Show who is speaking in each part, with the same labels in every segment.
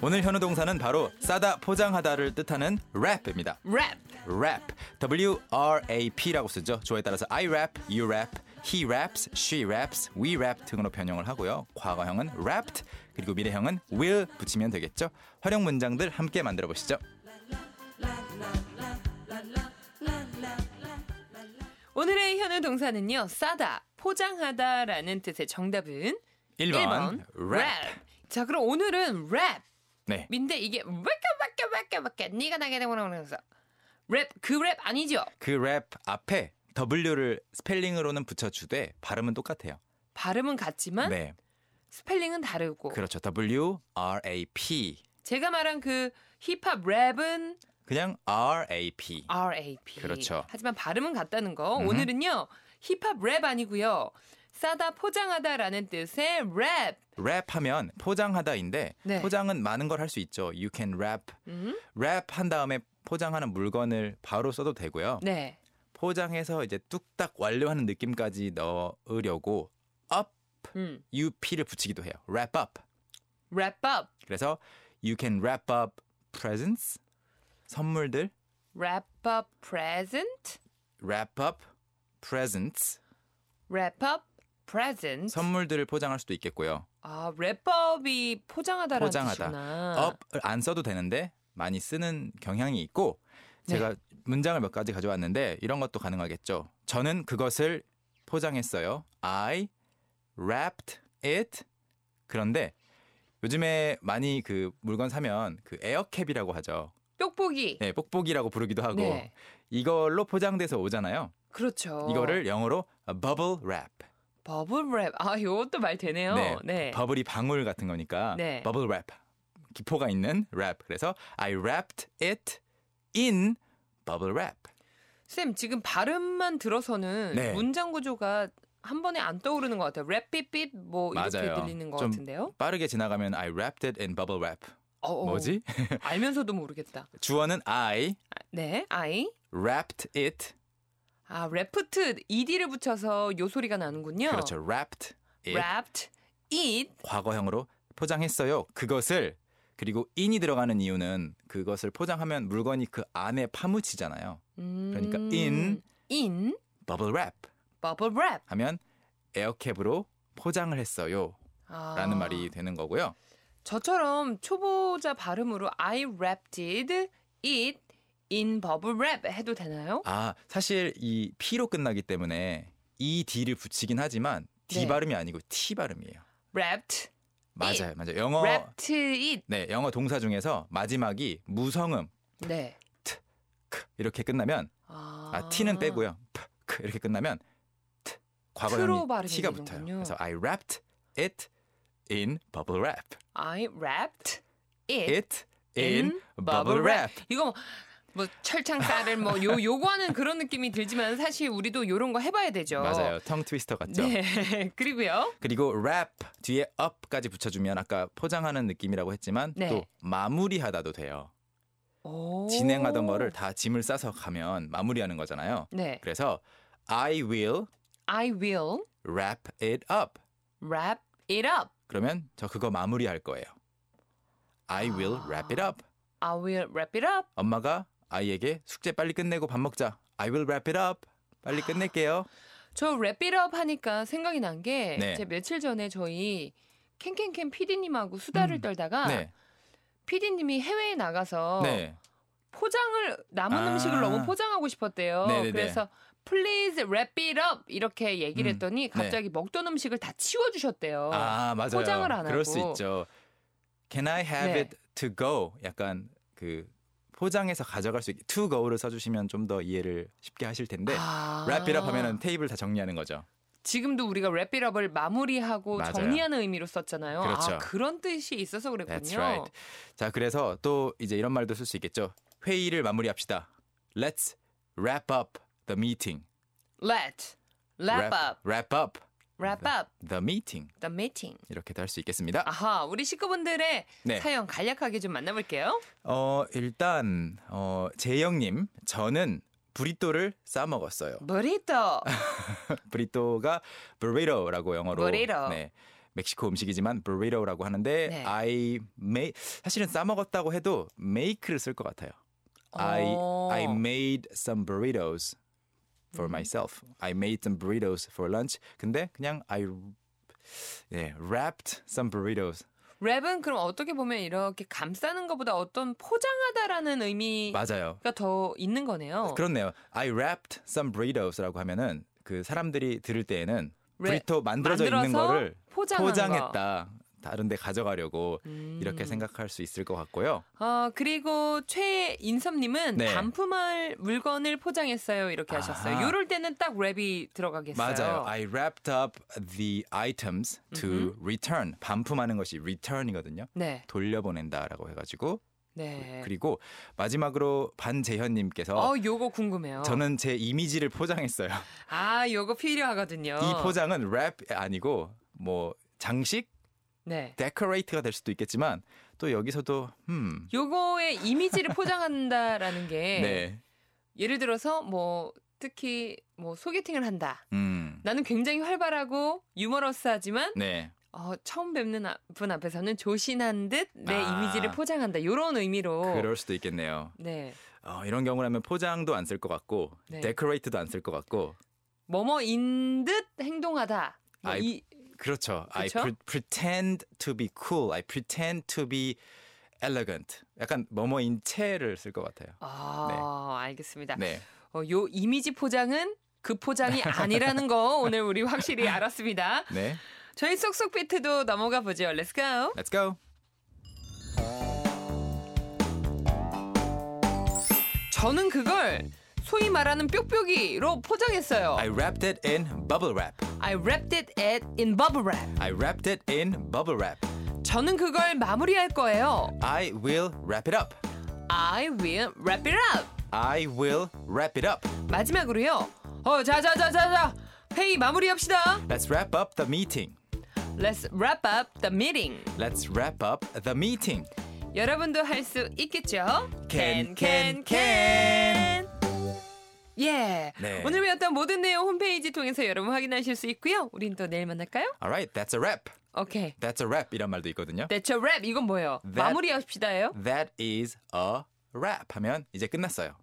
Speaker 1: 오늘 현우 동사는 바로 싸다 포장하다를 뜻하는 랩입니다.
Speaker 2: 랩.
Speaker 1: rap, W R A P라고 쓰죠. 조에 따라서 I rap, you rap, he raps, she raps, we rap 등으로 변형을 하고요. 과거형은 rapped, 그리고 미래형은 will 붙이면 되겠죠. 활용 문장들 함께 만들어 보시죠.
Speaker 2: 오늘의 현우 동사는요. 싸다, 포장하다라는 뜻의 정답은
Speaker 1: 1번,
Speaker 2: 랩. 자, 그럼 오늘은 랩.
Speaker 1: 네.
Speaker 2: 인데 이게 왜까왜까왜까왜까 네가 나게 되고 나면서 랩 그 랩 아니죠?
Speaker 1: 그 랩 앞에 W를 스펠링으로는 붙여주되 발음은 똑같아요.
Speaker 2: 발음은 같지만
Speaker 1: 네.
Speaker 2: 스펠링은 다르고
Speaker 1: 그렇죠. W R A P.
Speaker 2: 제가 말한 그 힙합 랩은
Speaker 1: 그냥 R A P.
Speaker 2: RAP.
Speaker 1: 그렇죠.
Speaker 2: 하지만 발음은 같다는 거.
Speaker 1: 음.
Speaker 2: 오늘은요. 힙합 랩 아니고요. 싸다 포장하다라는 뜻의 랩.
Speaker 1: 랩하면 포장하다인데
Speaker 2: 네.
Speaker 1: 포장은 많은 걸 할 수 있죠. You can rap.
Speaker 2: 음?
Speaker 1: 랩 한 다음에 포장하는 물건을 바로 써도 되고요.
Speaker 2: 네.
Speaker 1: 포장해서 이제 뚝딱 완료하는 느낌까지 넣으려고 up
Speaker 2: 음.
Speaker 1: up를 붙이기도 해요. wrap up.
Speaker 2: 랩 업.
Speaker 1: 그래서 you can wrap up presents 선물들
Speaker 2: 랩 업 present.
Speaker 1: wrap up presents
Speaker 2: 랩 업 present.
Speaker 1: 선물들을 포장할 수도 있겠고요.
Speaker 2: 아, 랩업이 포장하다라는
Speaker 1: 포장하다.
Speaker 2: 뜻이구나.
Speaker 1: up을 안 써도 되는데 많이 쓰는 경향이 있고
Speaker 2: 네.
Speaker 1: 제가 문장을 몇 가지 가져왔는데 이런 것도 가능하겠죠. 저는 그것을 포장했어요. I wrapped it. 그런데 요즘에 많이 그 물건 사면 그 에어캡이라고 하죠.
Speaker 2: 뽁뽁이.
Speaker 1: 네, 뽁뽁이라고 부르기도 하고
Speaker 2: 네.
Speaker 1: 이걸로 포장돼서 오잖아요.
Speaker 2: 그렇죠.
Speaker 1: 이거를 영어로 bubble wrap.
Speaker 2: 버블 랩. 아, 이것도 말 되네요.
Speaker 1: 네,
Speaker 2: 네.
Speaker 1: 버블이 방울 같은 거니까
Speaker 2: 네.
Speaker 1: 버블 랩 기포가 있는 랩 그래서 I wrapped it in bubble wrap
Speaker 2: 쌤, 지금 발음만 들어서는
Speaker 1: 네.
Speaker 2: 문장 구조가 한 번에 안 떠오르는 것 같아요. 랩, 삐, 삐, 뭐 이렇게
Speaker 1: 맞아요.
Speaker 2: 들리는 것
Speaker 1: 좀
Speaker 2: 같은데요.
Speaker 1: 빠르게 지나가면 I wrapped it in bubble wrap
Speaker 2: 어, 어,
Speaker 1: 뭐지
Speaker 2: 알면서도 모르겠다.
Speaker 1: 주어는 I
Speaker 2: 아, 네, I.
Speaker 1: wrapped it
Speaker 2: 아, 랩프트 ed를 붙여서 요 소리가 나는군요.
Speaker 1: 그렇죠 wrapped it
Speaker 2: Wrapped it.
Speaker 1: 과거형으로 포장했어요 그것을 그리고 in이 들어가는 이유는 그것을 포장하면 물건이 그 안에 파묻히잖아요
Speaker 2: 음,
Speaker 1: 그러니까 in.
Speaker 2: in
Speaker 1: bubble wrap
Speaker 2: bubble wrap.
Speaker 1: 하면 에어캡으로 포장을 했어요
Speaker 2: 아,
Speaker 1: 라는 말이 되는 거고요.
Speaker 2: 저처럼 초보자 발음으로 I wrapped it, it in bubble wrap 해도 되나요?
Speaker 1: 아, 사실 이 P로 끝나기 때문에 ED를 붙이긴 하지만 D
Speaker 2: 네.
Speaker 1: 발음이 아니고 T 발음이에요.
Speaker 2: wrapped,
Speaker 1: 맞아요. 맞아요. 영어
Speaker 2: wrapped it.
Speaker 1: 네, 영어 동사 중에서 마지막이 무성음
Speaker 2: 네.
Speaker 1: 크 이렇게 끝나면
Speaker 2: 아,
Speaker 1: 아, T는 빼고요. 프, 크 이렇게 끝나면 트
Speaker 2: 트로
Speaker 1: 과거형이
Speaker 2: 발음이
Speaker 1: T가
Speaker 2: 되는군요.
Speaker 1: 붙어요. 그래서 I wrapped it in bubble wrap.
Speaker 2: I wrapped it,
Speaker 1: It in bubble wrap.
Speaker 2: 이거 뭐- 뭐 철창 쌀을 뭐 요 요구하는 그런 느낌이 들지만 사실 우리도 요런 거 해봐야 되죠.
Speaker 1: 맞아요. 텅 트위스터 같죠?
Speaker 2: 네. 그리고요.
Speaker 1: 그리고 wrap 뒤에 up까지 붙여주면 아까 포장하는 느낌이라고 했지만
Speaker 2: 네.
Speaker 1: 또 마무리하다도 돼요.
Speaker 2: 오.
Speaker 1: 진행하던 거를 다 짐을 싸서 가면 마무리하는 거잖아요.
Speaker 2: 네.
Speaker 1: 그래서 I will
Speaker 2: I will
Speaker 1: wrap it up.
Speaker 2: wrap it up.
Speaker 1: 그러면 저 그거 마무리할 거예요. I will wrap it up.
Speaker 2: I will wrap it up.
Speaker 1: 엄마가 아이에게 숙제 빨리 끝내고 밥 먹자. I will wrap it up. 빨리 끝낼게요.
Speaker 2: 저 wrap it up 하니까 생각이 난 게
Speaker 1: 네.
Speaker 2: 제 며칠 전에 저희 캔캔캔 PD님하고 수다를 떨다가
Speaker 1: 네,
Speaker 2: PD님이 해외에 나가서
Speaker 1: 네,
Speaker 2: 포장을 남은
Speaker 1: 아.
Speaker 2: 음식을 너무 포장하고 싶었대요.
Speaker 1: 네네네.
Speaker 2: 그래서 please wrap it up 이렇게 얘기를
Speaker 1: 음,
Speaker 2: 했더니 갑자기 먹던 음식을 다 치워주셨대요.
Speaker 1: 아 맞아요.
Speaker 2: 어. 포장을 안
Speaker 1: 그럴 수
Speaker 2: 하고.
Speaker 1: 있죠. Can I have
Speaker 2: 네.
Speaker 1: it to go? 약간 그 포장해서 가져갈 수 있게 to go를 써주시면 좀 더 이해를 쉽게 하실 텐데
Speaker 2: 아.
Speaker 1: wrap it up 네. 하면은 테이블 다 정리하는 거죠.
Speaker 2: 지금도 우리가 wrap it up을 마무리하고
Speaker 1: 맞아요.
Speaker 2: 정리하는 의미로 썼잖아요.
Speaker 1: 그렇죠.
Speaker 2: 아 그런 뜻이 있어서 그랬군요.
Speaker 1: That's right. 자, 그래서 또 이제 이런 말도 쓸 수 있겠죠. 회의를 마무리합시다. Let's wrap up the meeting.
Speaker 2: Let wrap, up
Speaker 1: Wrap up
Speaker 2: wrap up
Speaker 1: the meeting.
Speaker 2: the meeting.
Speaker 1: 이렇게도 할 수 있겠습니다.
Speaker 2: 아하 우리 식구분들의
Speaker 1: 네.
Speaker 2: 사연 간략하게 좀 만나볼게요.
Speaker 1: 어, 일단 어, 재영 님, 저는 브리또를 싸 먹었어요.
Speaker 2: 브리또.
Speaker 1: 브리또가 burrito라고 영어로
Speaker 2: Burrito.
Speaker 1: 네. 멕시코 음식이지만 burrito라고 하는데
Speaker 2: 네.
Speaker 1: I made 사실은 싸 먹었다고 해도 make를 쓸 것 같아요. I
Speaker 2: 어.
Speaker 1: I made some burritos for
Speaker 2: 음.
Speaker 1: myself. I made some burritos for lunch. 근데 그냥 I 예, wrapped some burritos.
Speaker 2: 랩은 그럼 어떻게 보면 이렇게 감싸는 것보다 어떤 포장하다라는 의미가
Speaker 1: 맞아요.
Speaker 2: 더 있는 거네요.
Speaker 1: 그렇네요. I wrapped some burritos라고 하면은 그 사람들이 들을 때에는
Speaker 2: 랩,
Speaker 1: 브리토 만들어져 있는
Speaker 2: 만들어서
Speaker 1: 거를
Speaker 2: 포장한 거.
Speaker 1: 포장했다. 다른 데 가져가려고
Speaker 2: 음.
Speaker 1: 이렇게 생각할 수 있을 것 같고요.
Speaker 2: 어 그리고 최인섭님은
Speaker 1: 네.
Speaker 2: 반품할 물건을 포장했어요 이렇게
Speaker 1: 아하.
Speaker 2: 하셨어요. 요럴 때는 딱 랩이 들어가겠어요.
Speaker 1: 맞아요. I wrapped up the items to return. 반품하는 것이 return이거든요.
Speaker 2: 네,
Speaker 1: 돌려보낸다라고 해가지고
Speaker 2: 네.
Speaker 1: 그리고 마지막으로 반재현님께서
Speaker 2: 어 요거 궁금해요.
Speaker 1: 저는 제 이미지를 포장했어요.
Speaker 2: 아 요거 필요하거든요.
Speaker 1: 이 포장은 랩 아니고 뭐 장식,
Speaker 2: 네.
Speaker 1: 데코레이트가 될 수도 있겠지만 또 여기서도 음.
Speaker 2: 요거의 이미지를 포장한다라는 게
Speaker 1: 네.
Speaker 2: 예를 들어서 뭐 특히 뭐 소개팅을 한다.
Speaker 1: 음.
Speaker 2: 나는 굉장히 활발하고 유머러스하지만
Speaker 1: 네.
Speaker 2: 어, 처음 뵙는 아- 분 앞에서는 조신한 듯 내
Speaker 1: 아.
Speaker 2: 이미지를 포장한다. 요런 의미로.
Speaker 1: 그럴 수도 있겠네요.
Speaker 2: 네.
Speaker 1: 어, 이런 경우라면 포장도 안 쓸 것 같고
Speaker 2: 네.
Speaker 1: 데코레이트도 안 쓸 것 같고
Speaker 2: 뭐뭐인 듯 행동하다. 뭐
Speaker 1: 아이-
Speaker 2: 이,
Speaker 1: 그렇죠. I
Speaker 2: 그쵸?
Speaker 1: pre- pretend to be cool. I pretend to be elegant. 약간 뭐뭐인 체를 쓸 것 같아요.
Speaker 2: 아, 알겠습니다.
Speaker 1: 네.
Speaker 2: 어, 요 이미지 포장은 그 포장이 아니라는 거 오늘 우리 확실히 알았습니다.
Speaker 1: 네.
Speaker 2: 저희 쏙쏙 비트도 넘어가 보죠. Let's go.
Speaker 1: Let's go.
Speaker 2: 저는 그걸 소위 말하는 뾱뾱이로 포장했어요.
Speaker 1: I wrapped it in bubble wrap.
Speaker 2: I wrapped it at- in bubble wrap.
Speaker 1: I wrapped it in bubble wrap.
Speaker 2: 저는 그걸 마무리할 거예요.
Speaker 1: I will wrap it up.
Speaker 2: I will wrap it up.
Speaker 1: I will wrap it up.
Speaker 2: 마지막으로요. 어, 자자자자자. 회의 마무리합시다.
Speaker 1: Let's wrap up the meeting.
Speaker 2: Let's wrap up the meeting.
Speaker 1: Let's wrap up the meeting.
Speaker 2: 여러분도 할 수 있겠죠?
Speaker 1: Can, can,
Speaker 2: can. 예.
Speaker 1: 네.
Speaker 2: 오늘 배웠던 모든 내용 홈페이지 통해서 여러분 확인하실 수 있고요. 우린 또 내일 만날까요?
Speaker 1: All right, that's a wrap.
Speaker 2: 오케이.
Speaker 1: That's a wrap 이란 말도 있거든요.
Speaker 2: That's a wrap. 이건 뭐예요?
Speaker 1: That-
Speaker 2: 마무리합시다예요?
Speaker 1: That is a wrap 하면 이제 끝났어요.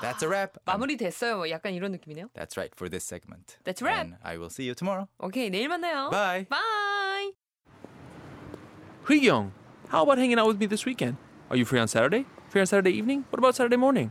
Speaker 1: That's a wrap.
Speaker 2: 마무리됐어요. 뭐 약간 이런 느낌이네요.
Speaker 1: That's right for this segment.
Speaker 2: That's a wrap.
Speaker 1: And I will see you tomorrow.
Speaker 2: 오케이. 내일 만나요.
Speaker 1: Bye.
Speaker 2: Bye.
Speaker 3: Young, how about hanging out with me this weekend? Are you free on Saturday? Free on Saturday evening? What about Saturday morning?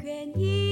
Speaker 4: 괜히